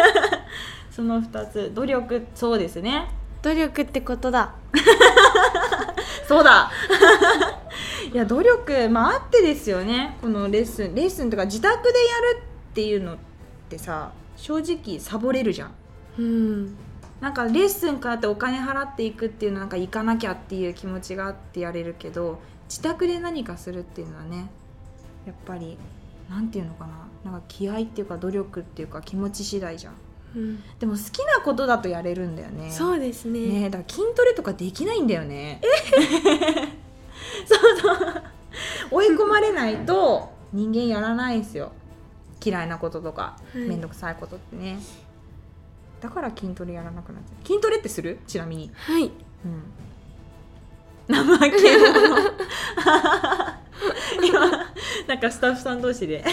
その2つ努力そうですね努力ってことだ。そうだ いや努力、まあ、あってですよねこのレッスンレッスンとか自宅でやるっていうのってさ正直サボれるじゃんうん。なんかレッスンからってお金払っていくっていうのはなんか行かなきゃっていう気持ちがあってやれるけど自宅で何かするっていうのはねやっぱりなんていうのかななんか気合っていうか努力っていうか気持ち次第じゃんうん、でも好きなことだとやれるんだよねそうですね。ねだから筋トレとかできないんだよね そうそう 追い込まれないと人間やらないんですよ嫌いなこととかはい面倒、くさいことってねだから筋トレやらなくなっちゃう筋トレってするちなみに、はい。うん、怠け者今なんかスタッフさん同士で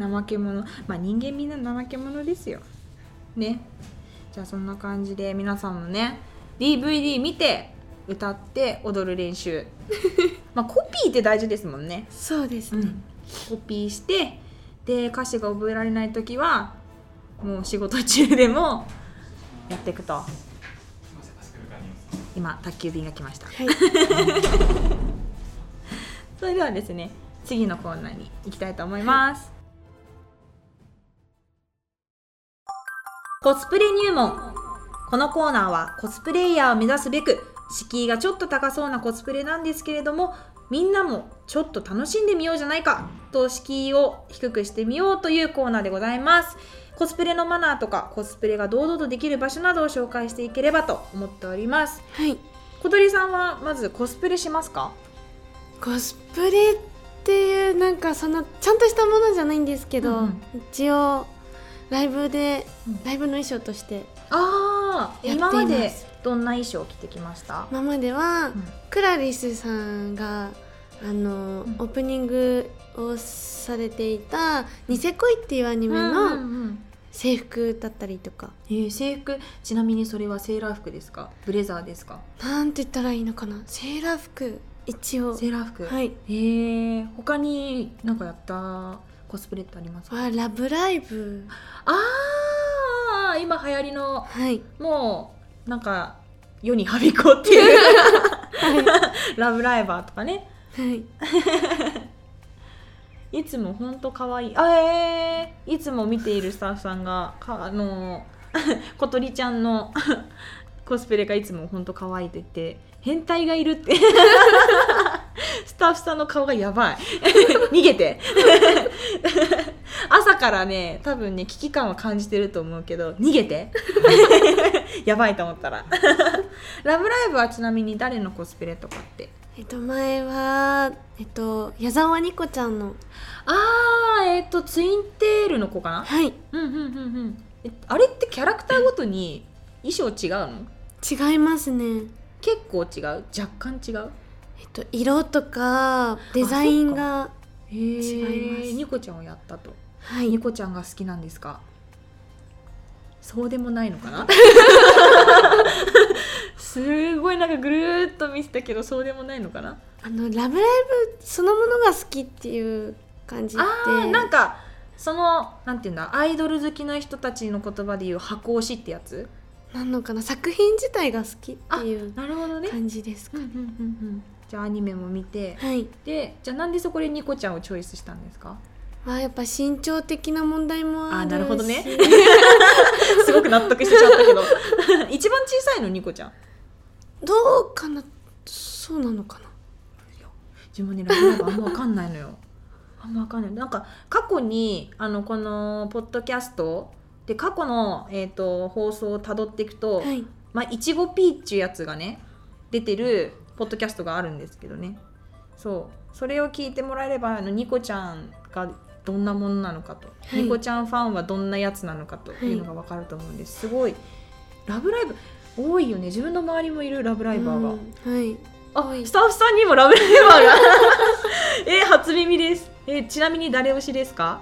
怠け者まあ人間みんな怠け者ですよねじゃあそんな感じで皆さんもね DVD 見て歌って踊る練習まあコピーって大事ですもんね、そうですうね。ん、コピーしてで歌詞が覚えられない時はもう仕事中でもやっていくと今宅急便が来ましたはい。 それではですね次のコーナーに行きたいと思います、コスプレ入門このコーナーはコスプレイヤーを目指すべく敷居がちょっと高そうなコスプレなんですけれどもみんなもちょっと楽しんでみようじゃないかと敷居を低くしてみようというコーナーでございますコスプレのマナーとかコスプレが堂々とできる場所などを紹介していければと思っておりますはい。小鳥さんはまずコスプレしますかコスプレっていうなんかそんなちゃんとしたものじゃないんですけど、うんうん一応ライブで、うんライブの衣装としてああやってい今ますまでどんな衣装を着てきました今までは、んクラリスさんがあの、うんオープニングをされていた「ニセ恋」っていうアニメうんうのんうん制服だったりとか、えー制服ちなみにそれはセーラー服ですかブレザーですかなんて言ったらいいのかなセーラー服一応セーラー服はいいえー、他になんかやったコスプレってありますかは「ラブライブあー今流行り」のはいもうなんか世にはびこって いうはい、ラブライバーとかねはい、いつもほんと可愛いあえー、いつも見ているスタッフさんがかあのー 小鳥ちゃんのコスプレがいつもほんと可愛いと言って変態がいるって スタッフさんの顔がやばい 逃げて 朝からね多分ね危機感は感じてると思うけど逃げ てやばいと思ったら 「ラブライブ!」はちなみに誰のコスプレとかってえっと前はえっと矢沢にこちゃんのあーえっ、とツインテールの子かなはいうんうんうんうんえあれってキャラクターごとに衣装違うの違いますね結構違う若干違うえっと色とかデザインがへー違いますニコちゃんをやったとはニいコちゃんが好きなんですかそうでもないのかな すごいなんかぐるーっと見てたけどそうでもないのかなあの「ラブライブ!」そのものが好きっていう感じであーなんかそのなんていうんだアイドル好きな人たちの言葉で言う箱推しってやつなんのかな作品自体が好きっていうなるほどね感じですうかんうんうんうんじゃあアニメも見てはいでじゃあなんでそこでニコちゃんをチョイスしたんですかまあやっぱ身長的な問題もあるしあーなるほど ねすごく納得してちゃったけど 一番小さいのニコちゃんどうかなそうなのかな自分でラブライブあんま分かんないのよあんま分かんないなんか過去にあのこのポッドキャストで過去の、えー、と放送をたどっていくと、はいまあ、いちごピーっていうやつがね出てるポッドキャストがあるんですけどねそうそれを聞いてもらえればあのニコちゃんがどんなものなのかと、いニコちゃんファンはどんなやつなのかというのがわかると思うんです、すごい「ラブライブ!」多いよね自分の周りもいるラブライバーが、うんはいあ多いスタッフさんにもラブライバ ーがえー初耳ですえーちなみに誰推しですか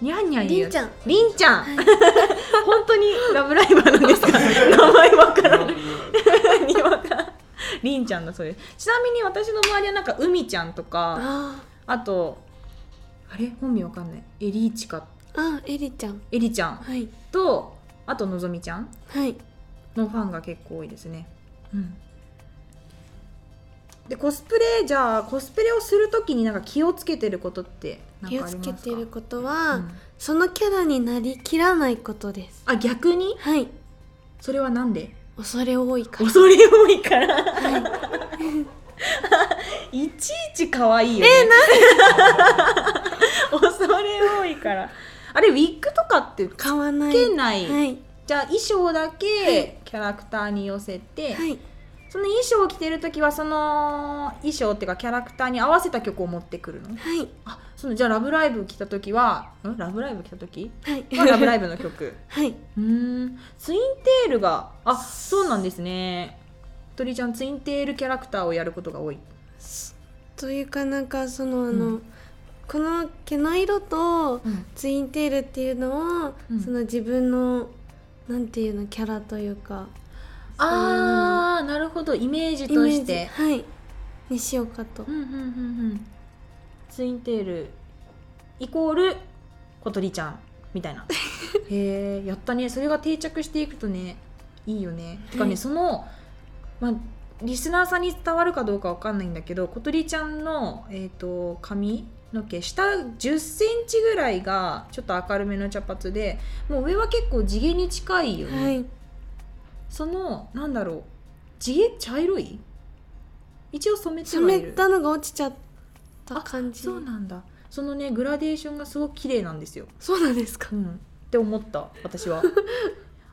にゃんにゃんり言んうちゃんりんちゃん、はい 本当にラブライバーなん ですか名前わからない にわかりんちゃんだそうですちなみに私の周りはなんか海ちゃんとかああとあれ本名わかんないエリーチかーあーえりちゃんエリちゃんはいとあとのぞみちゃんはいのファンが結構多いですねうんでコスプレじゃあコスプレをするときになんか気をつけてることってなん気かをありつますけかてることうは、んそのキャラになりきらないことですあ逆にはいそれはなんで恐れ多いから恐れ多いからはいい ちいち可愛いよね。え、な 恐れ多いから。あれ、ウィッグとかってか買わないけない。はいじゃあ、衣装だけキャラクターに寄せて、はいその衣装を着てるときは、その衣装っていうか、キャラクターに合わせた曲を持ってくるのはいあ、その、じゃあ、ラブライブ着たときは、んラブライブ着たと きはいは、ラブライブの曲。はい、 うーん、ツインテールが、あ、そうなんですね。鳥ちゃん、ツインテールキャラクターをやることが多い。というかなんかそのあの、うんこの毛の色とうん。ツインテールっていうのを、うんその自分のなんていうのキャラというかあーなるほどイメージイとメしージてはいにしようかとうんうんうんうんツインテールイコール小鳥ちゃんみたい なへえやったねそれが定着していくとねいいよねてかね、はいそのまあリスナーさんに伝わるかどうかわかんないんだけど小鳥ちゃんの、えー、と髪の毛下1 0センチぐらいがちょっと明るめの茶髪でもう上は結構地毛に近いよね、はいそのなんだろう地毛茶色い一応染めてはい染るめたのが落ちちゃったあ感じそうなんだそのねグラデーションがすごく綺麗なんですよ、そうなんですかうん、って思った私 は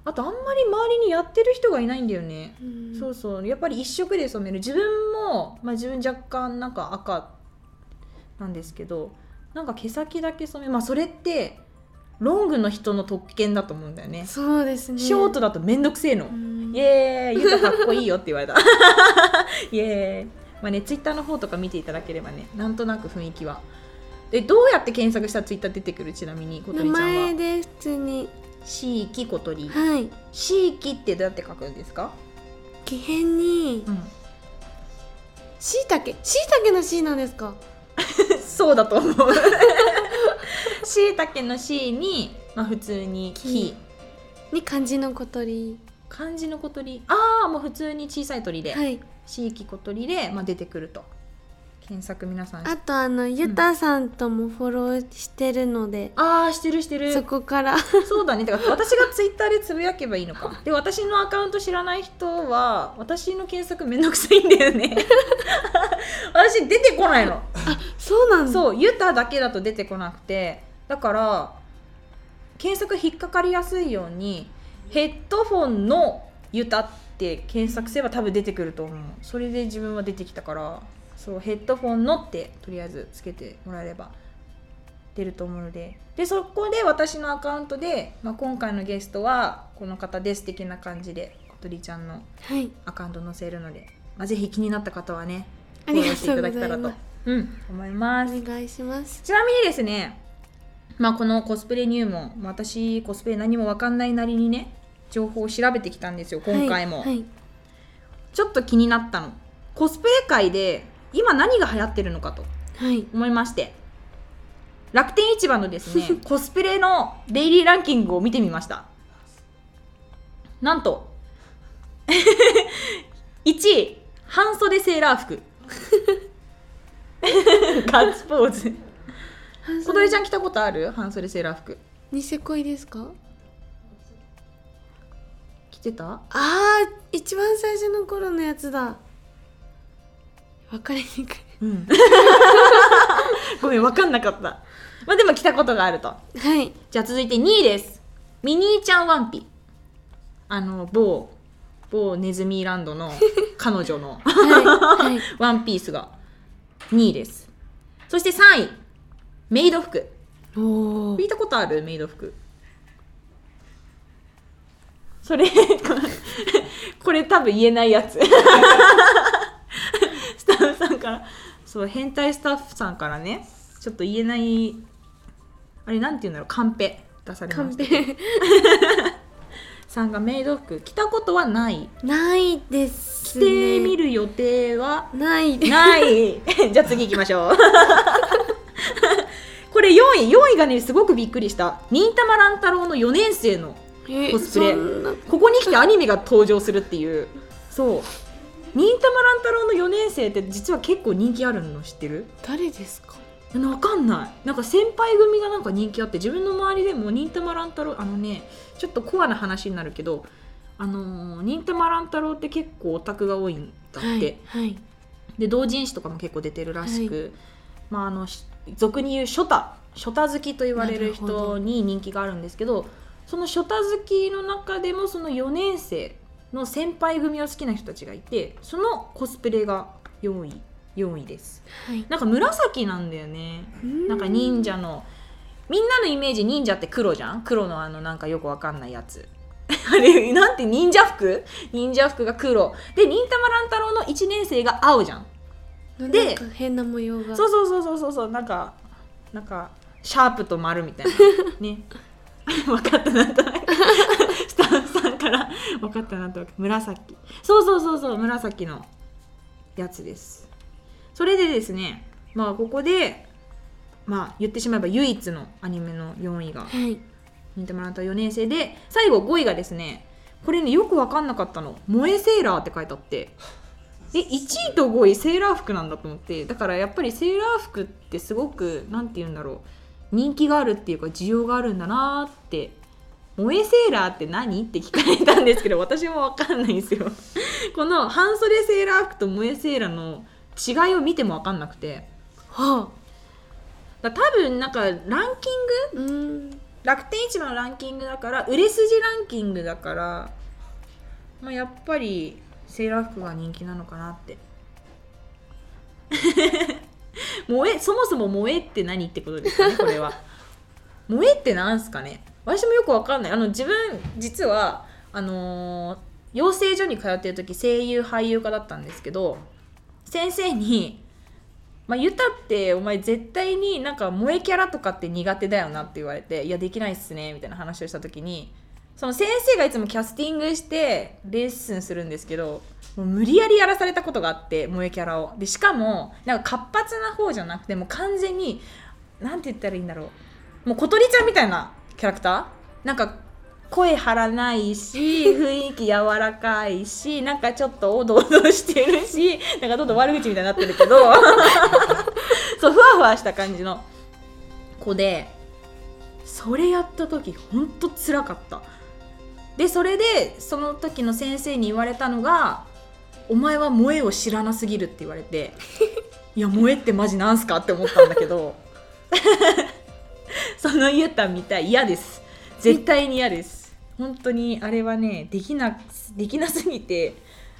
あとあんまり周りにやってる人がいないんだよね、うんそうそうやっぱり一色で染める自分も、まあ、自分若干なんか赤なんですけどなんか毛先だけ染めまあそれってロングの人の特権だと思うんだよねそうですねショートだと面倒くせえの、うんイエーイ、ゆかかっこいいよって言われた。 イエーイ。まあね、ツイッターの方とか見ていただければね、なんとなく雰囲気は。え、どうやって検索したらツイッター出てくるちなみに、小名鳥ちゃん前は。で普通にシーキ小鳥。はいシーキってどうやって書くんですか木片にうん。しいたけしいたけのしいなんですか そうだと思う。 しいたけのシーに、まあ普通にキキ。に漢字の小鳥漢字の小鳥。ああ、もう普通に小さい鳥で。はい椎木小鳥で、まあ、出てくると検索皆さんあとあのゆたさんともフォローしてるので、あーしてるしてるそこから そうだねてか私がツイッターでつぶやけばいいのかで私のアカウント知らない人は私の検索めんどくさいんだよね私出てこないのそうなんだそうユタだけだと出てこなくてだから検索引っかかりやすいようにヘッドフォンのユタって検索すれば多分出てくると思うそれで自分は出てきたからそうヘッドフォンのってとりあえずつけてもらえれば出ると思うのででそこで私のアカウントで、まあ、今回のゲストはこの方です的な感じで小鳥ちゃんのはいアカウント載せるので、まあ、ぜひ気になった方はねありがとフォうございますローしていただけたらと、うん、思いますお願いしますちなみにですね、まあ、このコスプレ入門私コスプレ何も分かんないなりにね情報を調べてきたんですよ今回も、はいはいちょっと気になったのコスプレ界で今何が流行ってるのかとはい思いまして楽天市場のです ねコスプレのデイリーランキングを見てみましたなんと 1位半袖セーラー服 ガッツポーズ小鳥ちゃん着たことある半袖セーラー服ニセ恋ですか着てたあー一番最初の頃のやつだ分かりにくいうん ごめん分かんなかったまあでも着たことがあるとはいじゃあ続いて2位ですミニーちゃんワンピあの某某ネズミランド の彼女のはい、はい、 ワンピースが2位ですそして3位メイド服おー聞いたことあるメイド服それ これ多分言えないやつ スタッフさんからそう変態スタッフさんからねちょっと言えないあれなんて言うんだろうカンペ出されカまンしたペさんがメイド服着たことはないないです着ねてみる予定はないですない じゃあ次行きましょう これ4位4位がねすごくびっくりした忍たま乱太郎の4年生のえコスプレそんなここに来てアニメが登場するっていうそう忍たま乱太郎の4年生って実は結構人気あるの知ってる誰ですかわかんないなんか先輩組がなんか人気あって自分の周りでも忍たま乱太郎あのねちょっとコアな話になるけどあのー忍たま乱太郎って結構オタクが多いんだって、はい、はい、で同人誌とかも結構出てるらしく、まあ、あのし俗に言う初太初太好きと言われるなるほ人どに人気があるんですけどその初太好きの中でもその4年生の先輩組を好きな人たちがいてそのコスプレが4位4位ですはい、なんか紫なんだよねなんか忍者のみんなのイメージ忍者って黒じゃん黒のあのなんかよくわかんないやつ あれなんて忍者服忍者服が黒で忍たま乱太郎の1年生が青じゃんうんでなんか変な模様がそうそうそうそうそうそうなんかなんかシャープと丸みたいなね 分かったなんとなく スタッフさんから分かったなんとなく紫そうそうそうそう紫のやつですそれでですねまあここでまあ言ってしまえば唯一のアニメの4位がはい忍たま乱太郎4年生で最後5位がですねこれねよく分かんなかったの「萌えセーラー」って書いてあってえ1位と5位セーラー服なんだと思ってだからやっぱりセーラー服ってすごくなんて言うんだろう人気があるっていうか需要があるんだなーって「萌えセーラーって何?」って聞かれたんですけど私も分かんないんですよこの半袖セーラー服と萌えセーラーの違いを見ても分かんなくてはあだから多分なんかランキングうーん楽天市場のランキングだから売れ筋ランキングだから、まあ、やっぱりセーラー服が人気なのかなって 萌えそもそも萌えって何ってことですかねこれは 萌えってなんすかね私もよくわかんないあの自分実はあのー養成所に通ってる時声優俳優家だったんですけど先生にまあ、ユタってお前絶対になんか萌えキャラとかって苦手だよなって言われていやできないっすねみたいな話をした時にその先生がいつもキャスティングしてレッスンするんですけどもう無理やりやらされたことがあって萌えキャラをでしかもなんか活発な方じゃなくてもう完全になんて言ったらいいんだろうもう小鳥ちゃんみたいなキャラクターなんか声張らないし雰囲気柔らかいしなんかちょっとおどおどしてるしなんかどんどん悪口みたいになってるけどそうふわふわした感じの子でそれやった時ほんとつらかったでそれでその時の先生に言われたのが「お前は萌えを知らなすぎる」って言われて「いや萌えってマジなんすか?」って思ったんだけどそのゆうたみたい嫌です絶対に嫌です本当にあれはねできなできなすぎて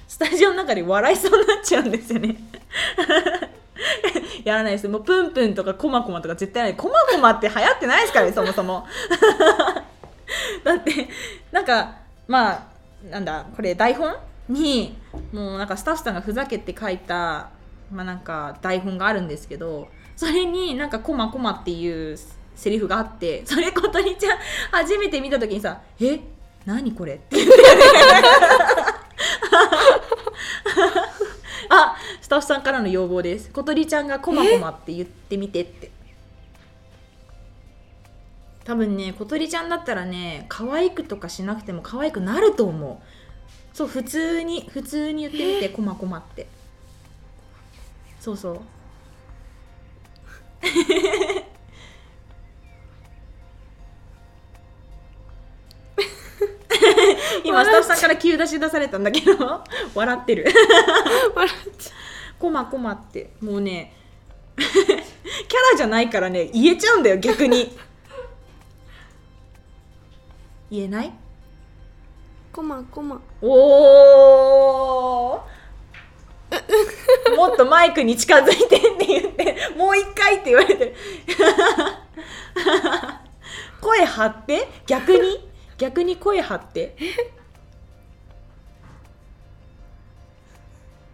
スタジオの中で笑いそうになっちゃうんですよねやらないですもうプンプンとかコマコマとか絶対ないコマコマって流行ってないですからねそもそも だってなんかまあなんだこれ台本にもうなんかスタッフさんがふざけて書いた、まあ、なんか台本があるんですけどそれになんか「コマコマ」っていうセリフがあってそれことにちゃん初めて見た時にさ「え何これ?」って言って、 ね、あスタッフさんからの要望ですことりちゃんが「コマコマ」って言ってみてって多分ね小鳥ちゃんだったらね可愛くとかしなくても可愛くなると思うそう普通に普通に言ってみて「こまこま」ってそうそう今スタッフさんから急出し出されたんだけど笑ってる笑っちゃコマコマってもうね キャラじゃないからね言えちゃうんだよ逆に 言えないうこまこまおーもっとマイクに近づいてって言ってもう一回って言われてる 声張って逆に逆に声張って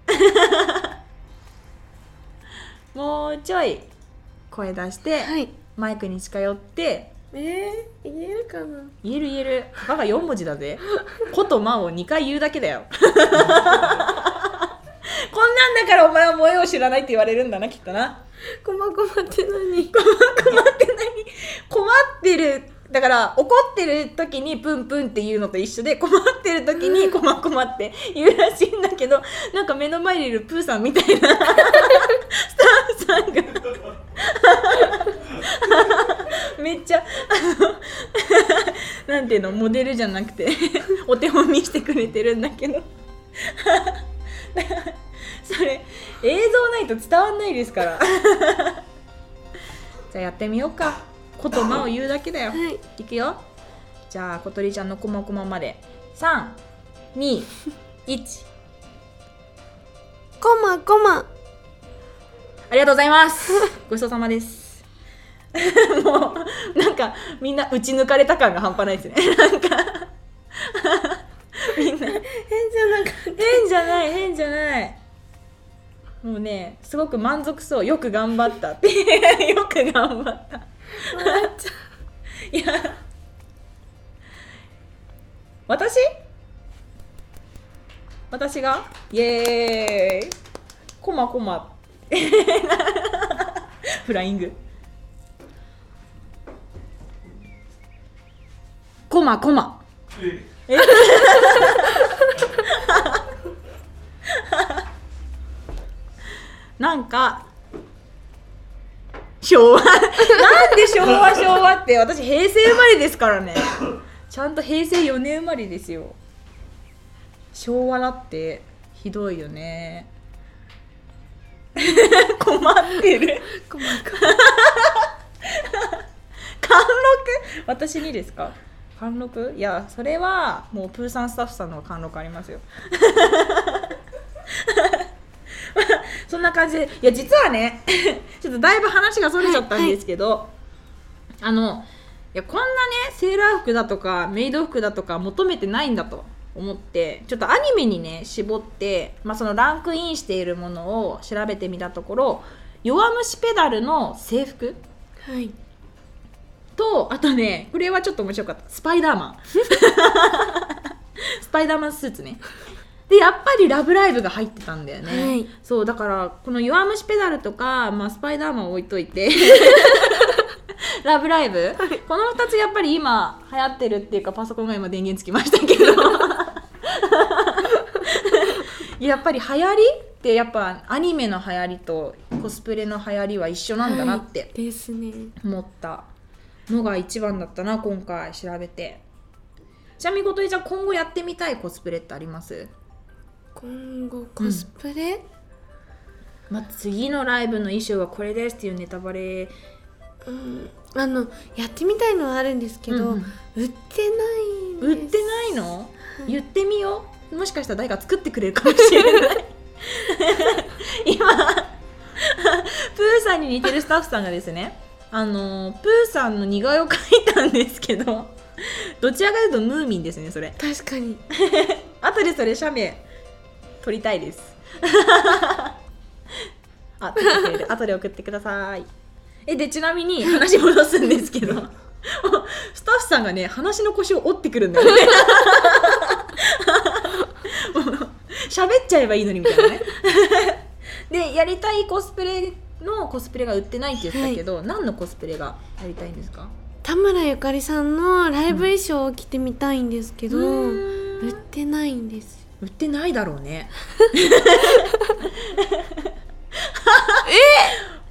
もうちょい声出して、はいマイクに近寄ってえー、言えるかな言える言えるバカ4文字だぜ「ことま」を2回言うだけ だよこんなんだからお前は萌えを知らないって言われるんだなきっとなこまこまって何困ってない困ってるだから怒ってる時にプンプンって言うのと一緒で困ってる時にコマコマって言うらしいんだけどなんか目の前にいるプーさんみたいなスタッフさんがめっちゃあのなんていうのモデルじゃなくてお手本見してくれてるんだけどそれ映像ないと伝わんないですからじゃあやってみようかことまを言うだけだよはいいくよじゃあ小鳥ちゃんのこまこままで321こまこまありがとうござい ますごちそうさまです もうなんかみんな打ち抜かれた感が半端ないですね なんかみんな変じゃなかっ変じゃない変じゃないもうねすごく満足そうよく頑張ったって よく頑張ったた笑っちゃいや私私がイエーイコマコマ フライングコマコマ なんか昭和 なんで昭和昭和って私平成生まれですからねちゃんと平成4年生まれですよ昭和だってひどいよね 困ってるうこまこ貫禄私にですか貫禄いやそれはもうプーさんスタッフさんの方が貫禄ありますよ そんな感じでいや実はね ちょっとだいぶ話がそれちゃったんですけど、あのいやこんなねセーラー服だとかメイド服だとか求めてないんだと思ってちょっとアニメにね絞って、まあ、そのランクインしているものを調べてみたところ「弱虫ペダル」の制服まはいとあとねこれはちょっと面白かったスパイダーマン スパイダーマンスーツねでやっぱり「ラブライブ!」が入ってたんだよね、はいそう だからこの「弱虫ペダル」とか、まあ、スパイダーマン置いといて「ラブライブ」この2つやっぱり今流行ってるっていうかパソコンが今電源つきましたけ どやっぱり流行りってやっぱアニメの流行りとコスプレの流行りは一緒なんだなってはいですね思ったのが一番だったな今回調べてちなみにことえちゃん今後やってみたいコスプレってあります今後コスプレ、まあ、次のライブの衣装はこれですっていうネタバレうんあのやってみたいのはあるんですけど、うんうん売ってない売っんですてないの言ってみようもしかしたら誰か作ってくれるかもしれない今プーさんに似てるスタッフさんがですねあのプーさんの似顔絵を描いたんですけどどちらかというとムーミンですねそれ確かに後でそれ写メ撮りたいです あ撮ってくれる後で送ってくださいえでちなみに話戻すんですけど スタッフさんがね話の腰を折ってくるんだよね 喋っちゃえばいいのにみたいなねでやりたいコスプレのコスプレが売ってないって言ったけど、何のコスプレがやりたいんですか田村ゆかりさんのライブ衣装を着てみたいんですけど、う売っーんてないんです売ってないだろうね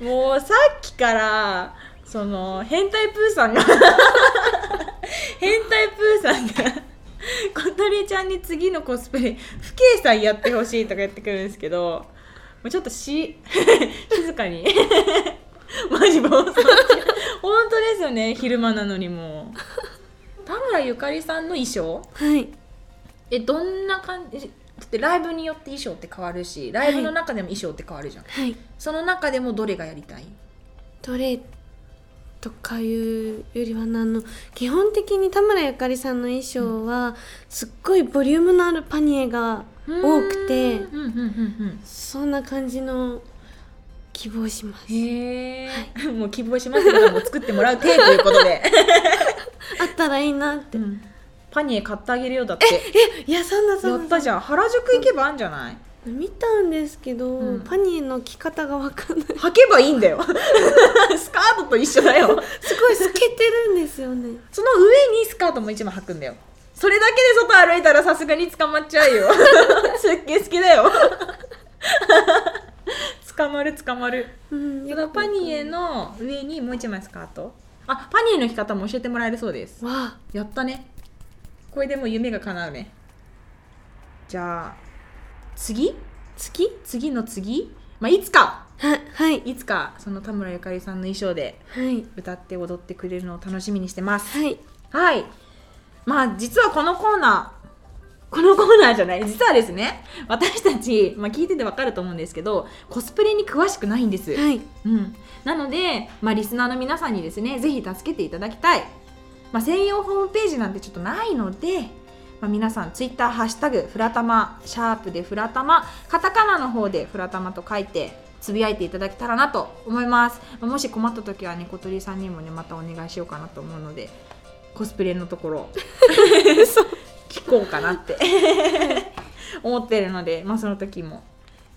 えもうさっきからその変態プーさんが変態プーさんが小鳥ちゃんに次のコスプレ不景さんやってほしいとか言ってくるんですけどもうちょっとし静かにマジ暴走中本当ですよね昼間なのにもう田村ゆかりさんの衣装はいえどんな感じだってライブによって衣装って変わるしライブの中でも衣装って変わるじゃん、はいその中でもどれがやりたいどれとかいうよりはなあの基本的に田村ゆかりさんの衣装は、すっごいボリュームのあるパニエが多くてうんうんうんそんな感じの希望しますうんへえ、 もう希望しますけども作ってもらう手ということで、あったらいいなっ てうんパニエ買ってあげるよだっていやそんなそんやなったじゃん原宿行けばあんじゃない見たんですけど、うんパニエの着方がわかんない履けばいいん だよスカートと一緒だよすごい透けてるんですよねその上にスカートも一枚履くんだよそれだけで外歩いたらさすがに捕まっちゃうよすっげえ好きだよ捕まる捕まるうんそのパニエの上にもう一枚スカートあパニエの着方も教えてもらえるそうですわあやったねこれでもう夢が叶うねじゃあ次次次の次まあいつかははいいつかその田村ゆかりさんの衣装ではい歌って踊ってくれるのを楽しみにしてますはいはい。まあ実はこのコーナー、このコーナーじゃない、実はですね、私たち、まあ、聞いててわかると思うんですけど、コスプレに詳しくないんです。はいうん、なので、まあ、リスナーの皆さんにですね、ぜひ助けていただきたい。まあ、専用ホームページなんてちょっとないので、まあ、皆さん、ツイッター、ハッシュタグ、フラタマ、シャープでフラタマ、カタカナの方でフラタマと書いて、つぶやいていただけたらなと思います。まあもし困った時はね、小鳥さんにもね、またお願いしようかなと思うので、コスプレのところ聞こうかなって思ってるので、まあ、その時も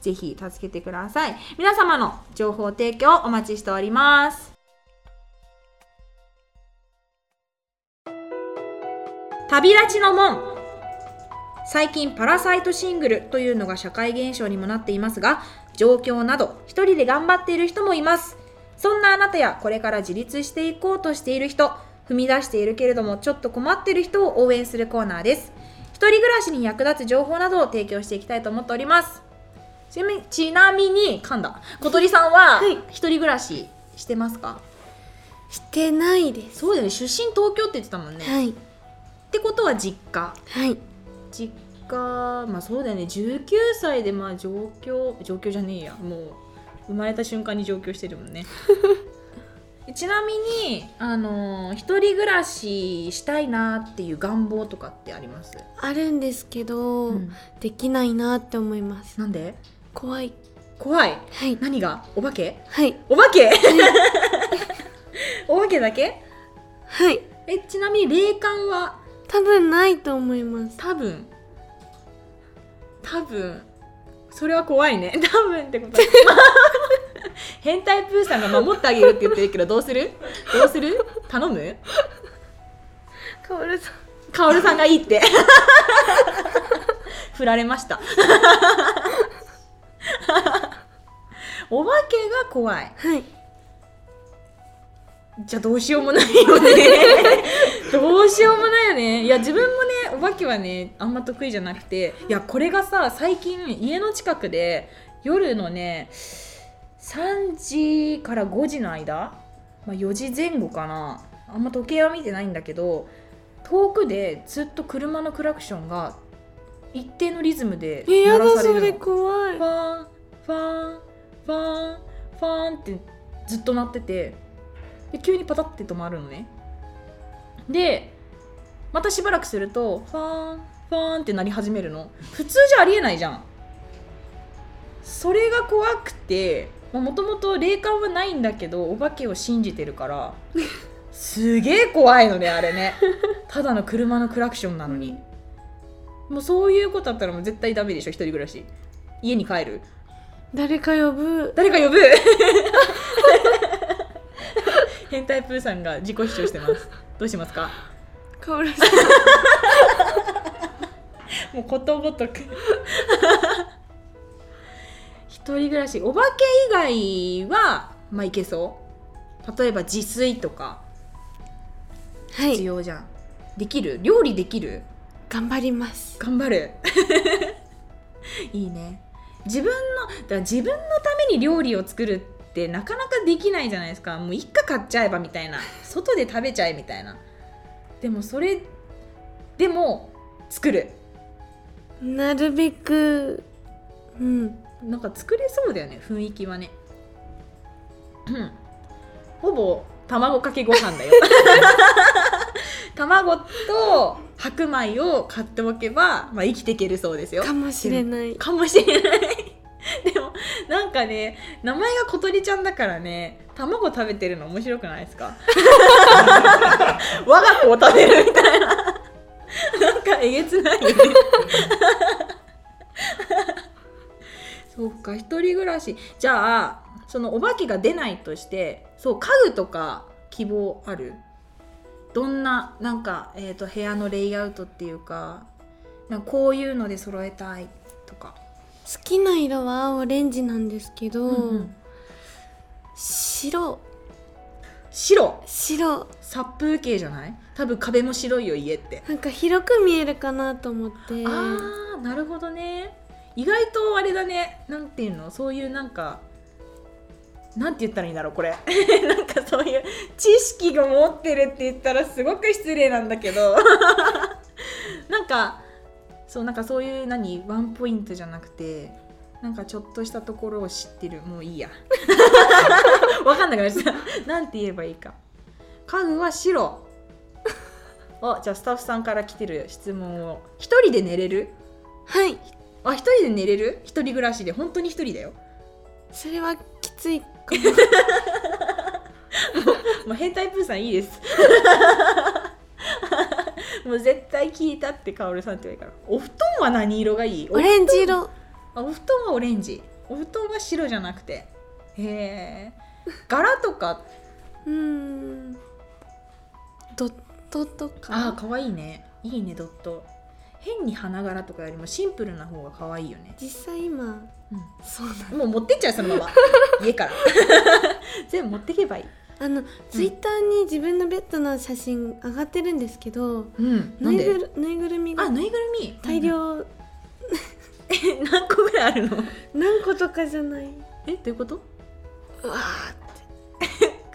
ぜひ助けてください皆様の情報提供お待ちしております旅立ちの門最近パラサイトシングルというのが社会現象にもなっていますが状況など一人で頑張っている人もいますそんなあなたやこれから自立していこうとしている人踏み出しているけれどもちょっと困っている人を応援するコーナーです一人暮らしに役立つ情報などを提供していきたいと思っておりますちなみにちなみに噛んだ小鳥さんははい一人暮らししてますか、してないですそうだよね出身東京って言ってたもんね、はいってことは実家はい実家まあそうだよね19歳でまあ上京上京じゃねえやもう生まれた瞬間に上京してるもんねちなみにあのー一人暮らししたいなっていう願望とかってあります、あるんですけど、うんできないなって思いますなんで怖い怖いはい何がお化けはいお化けお化けだけはいえちなみに霊感は多分ないと思います多分 多分それは怖いね多分ってことは変態プーさんが守ってあげるって言ってるけどどうするどうする頼むかおるさんカオルさんがいいって 振られましたお化けが怖いはいじゃあどうしようもないよね どうしようもないよねいや自分もねお化けはねあんま得意じゃなくていやこれがさ最近家の近くで夜のね3時から5時の間、まあ、4時前後かなあんま時計は見てないんだけど遠くでずっと車のクラクションが一定のリズムでえ鳴やらだされそるのれ怖いファンファンファンファンってずっと鳴っててで急にパタって止まるのねでまたしばらくするとファンファンって鳴り始めるの普通じゃありえないじゃんそれが怖くてもともと霊感はないんだけどお化けを信じてるからすげえ怖いのねあれねただの車のクラクションなのにもうそういうことだったらもう絶対ダメでしょ一人暮らし家に帰る誰か呼ぶ誰か呼ぶ変態プーさんが自己主張してますどうしますかかおるさんもうことごとく一人暮らしお化け以外はまあいけそう例えば自炊とか は必い要じゃん、できる料理できる頑張ります頑張るいいね自分のだから自分のために料理を作るってなかなかできないじゃないですかもう一家買っちゃえばみたいな外で食べちゃえみたいなでもそれでも作るなるべくうんなんか作れそうだよね雰囲気はねうんほぼ卵かけご飯だよ 卵と白米を買っておけば、まあ、生きていけるそうですよかもしれないかもしれないでもなんかね名前が小鳥ちゃんだからね卵食べてるの面白くないですか我が子を食べるみたいななんかえげつないよねそうか一人暮らしじゃあそのお化けが出ないとしてそう家具とか希望あるどんななんか、えー、と部屋のレイアウトっていうかなんかこういうので揃えたいとか、好きな色はオレンジなんですけど、うんうん白白白殺風景じゃない多分壁も白いよ家ってなんか広く見えるかなと思ってあーなるほどね意外とあれだねなんていうのそういうなんかなんて言ったらいいんだろうこれ なんかそういう知識が持ってるって言ったらすごく失礼なんだけど なんかそうなんかそういう何ワンポイントじゃなくてなんかちょっとしたところを知ってるもういいや わかんなくなっちゃったなんて言えばいいか家具は白あじゃあスタッフさんから来てる質問を一人で寝れるはいあ一人で寝れる一人暮らしで本当に一人だよそれはきついかもう変態プーさんいいです もう絶対聞いたってカオルさんって言うからお布団は何色がいいもおオレンジ色あお布団はオレンジお布団は白じゃなくてへえ柄とかうーんドットとあか可愛いねいいねドット変に花柄とかよりもシンプルな方が可愛いよね、実際今うんそうなのもう持ってっちゃうそのまま 家から全部持ってけばいいあの、ツイッターに自分のベッドの写真上がってるんですけどうんなぬんいでぐるぬいぐるみあがぬいぐるみ大量え 何個ぐらいあるの何個とかじゃないえどういうことうわー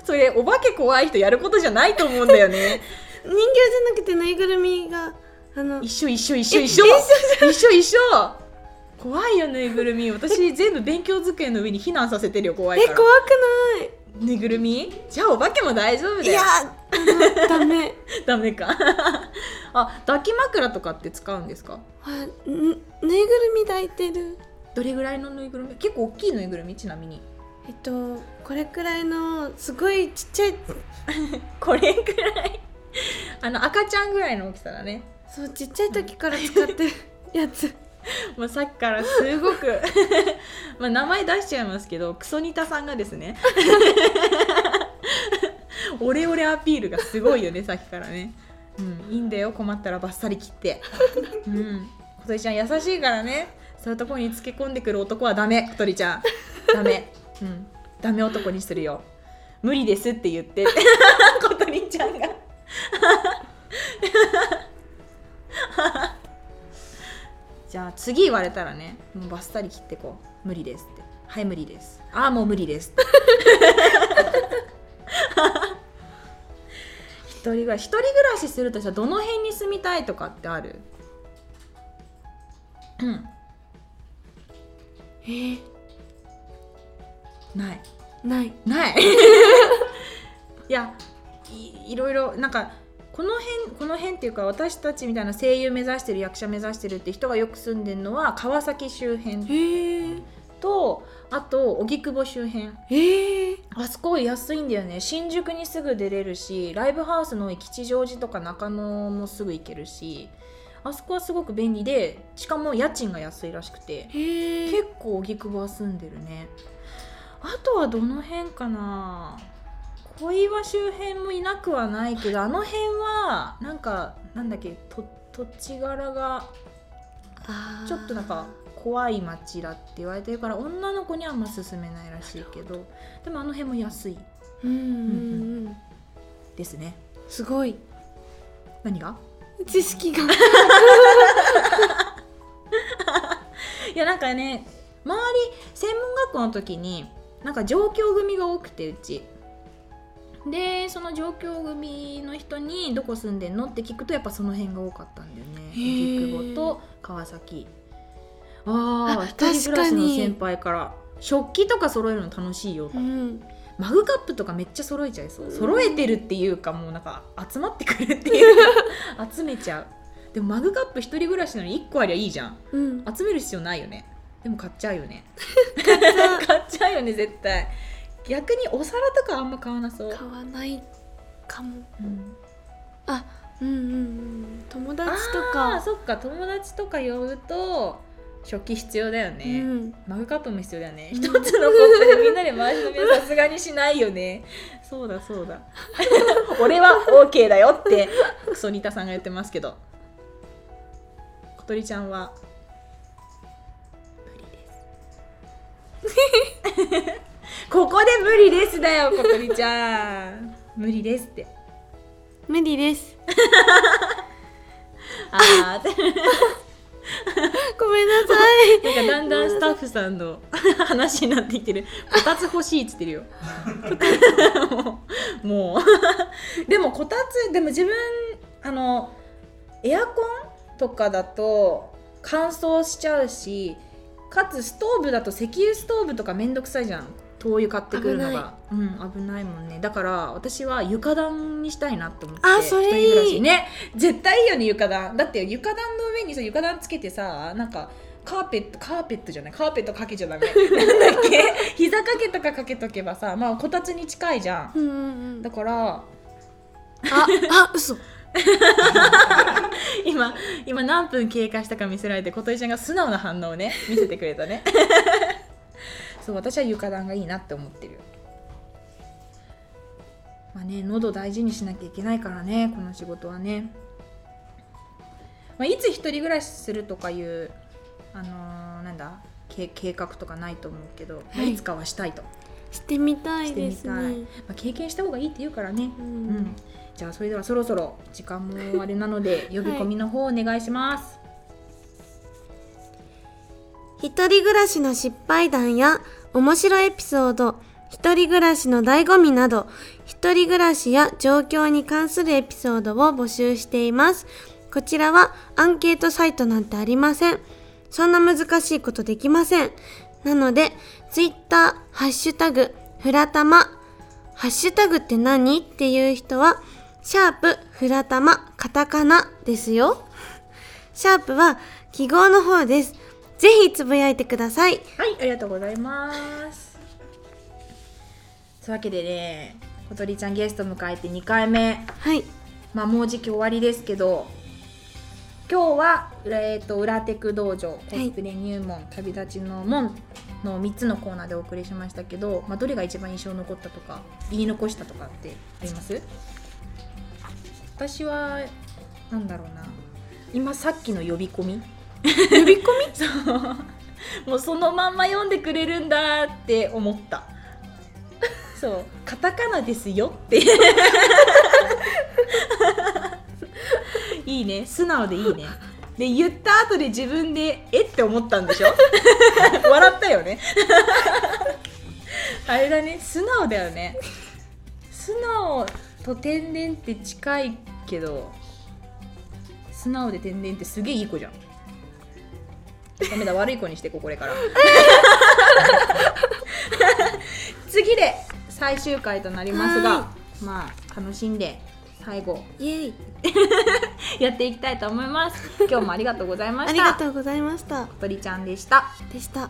それお化け怖い人やることじゃないと思うんだよ ね人形じゃなくてぬいぐるみがあの一緒一緒一緒一緒え一緒一緒怖いよぬいぐるみ私全部勉強机の上に避難させてるよ怖いえから怖くないぬいぐるみじゃあお化けも大丈夫いだよやーダメ ダメか あ抱き枕とかって使うんですかあぬぬいぐるみ抱いてるどれぐらいのぬいぐるみ結構大きいぬいぐるみちなみにえっとこれくらいのすごいちっちゃいこれくら いあの赤ちゃんぐらいの大きさだね そうちっちゃい時から使ってるやつ まあさっきからすごく まあ名前出しちゃいますけどクソニタさんがですね オレオレアピールがすごいよねさっきからね、うん、いいんだよ困ったらバッサリ切って、うん、小鳥ちゃん優しいからねそういうところにつけ込んでくる男はダメ小鳥ちゃんダメ、うん、ダメ男にするよ無理ですって言って 小鳥ちゃんがじゃあ次言われたらねもうバッサリ切ってこう無理ですってはい無理ですああもう無理ですって一人暮らし一人暮らしするとしたらどの辺に住みたいとかってあるうんえーないないない いやいいろいろなんかこの辺この辺っていうか私たちみたいな声優目指してる役者目指してるって人がよく住んでるのは川崎周辺へえとあと荻窪周辺ええあそこ安いんだよね新宿にすぐ出れるしライブハウスの吉祥寺とか中野もすぐ行けるしあそこはすごく便利でしかも家賃が安いらしくてへえ結構荻窪は住んでるねあとはどの辺かな小岩周辺もいなくはないけどあの辺はなんかなんだっけと土地柄がちょっとなんか怖い町だって言われてるから女の子にはあんま勧めないらしいけどでもあの辺も安いうんうんうんですねすごい何が知識がいやなんかね周り専門学校の時になんか上京組が多くてうちでその上京組の人に「どこ住んでんの?」って聞くとやっぱその辺が多かったんだよねへー荻窪と川崎あああ一人暮らし確かのに先輩から食器とか揃えるの楽しいようんマグカップとかめっちゃ揃えちゃいそううん揃えてるっていうかもうなんか集まってくるっていうか集めちゃうでもマグカップ一人暮らしなのに1個ありゃいいじゃんうん集める必要ないよねでも買っちゃうよね買っちゃうよね絶対逆にお皿とかあんま買わなそう、買わないかもうんあうんうんうん友達とあーかそっか友達とか呼ぶと食器必要だようね、んマグカップも必要だよねうん一つのコップでみんなで回し飲みはさすがにしないよねそうだそうだ 俺は OK だよってクソニタさんが言ってますけど小鳥ちゃんは無理です ここで無理ですだよ小鳥ちゃん無理ですって無理ですああごめんなさいなんかだんだんスタッフさんの話になってきてる「こたつ欲しい」っつってるよもうもうでもこたつでも自分あのエアコンとかだと乾燥しちゃうしかつストーブだと石油ストーブとかめんどくさいじゃん灯油買ってくるのがうん危ないもんねだから私は床暖にしたいなって思ってあそれいい一人暮らしね絶対いいよね床暖だって床暖の上にさ床暖つけてさなんかカーペットカーペットじゃないカーペットかけちゃダ メなんだっけ膝掛けとかかけとけばさまあこたつに近いじゃんうんうんうんだからああ嘘 今今何分経過したか見せられて琴恵ちゃんが素直な反応をね見せてくれたね そう私は床暖がいいなって思ってるまあね喉大事にしなきゃいけないからねこの仕事はね、まあ、いつ一人暮らしするとかいうあのーなんだけ計画とかないと思うけど、まあはいいつかはしたいと、ましてみたいですしてみねあ、経験した方がいいって言うからねううんん、じゃあそれではそろそろ時間もあれなの で呼び込みの方お願いします。一人暮らしの失敗談や面白エピソード一人暮らしの醍醐味など一人暮らしや状況に関するエピソードを募集していますこちらはアンケートサイトなんてありませんそんな難しいことできませんなのでツイッターハッシュタグフラタマハッシュタグって何っていう人はシャープフラタマカタカナですよシャープは記号の方です。ぜひつぶやいてください。はい、ありがとうございます。というわけでね、小鳥ちゃんゲスト迎えて2回目、はい。まあもうじき終わりですけど、今日は、えー、と裏テク道場コいスプレ入門、旅立ちの門の3つのコーナーでお送りしましたけど、まあ、どれが一番印象残ったとか言い残したとかってあります私はなんだろうな今さっきの呼び込み呼 び込みそうもうそのまんま読んでくれるんだって思ったそうカタカナですよっていいね素直でいいねで言った後で自分でえって思ったんでしょ 笑ったよね あれだね素直だよね素直と天然って近いけど素直で天然ってすげえいい子じゃんダメだ悪い子にしてここれ から次で最終回となりますがはまあ楽しんで最後イエイやっていきたいと思います今日もありがとうございまあしりがたとうございました鳥ちゃんでしたでした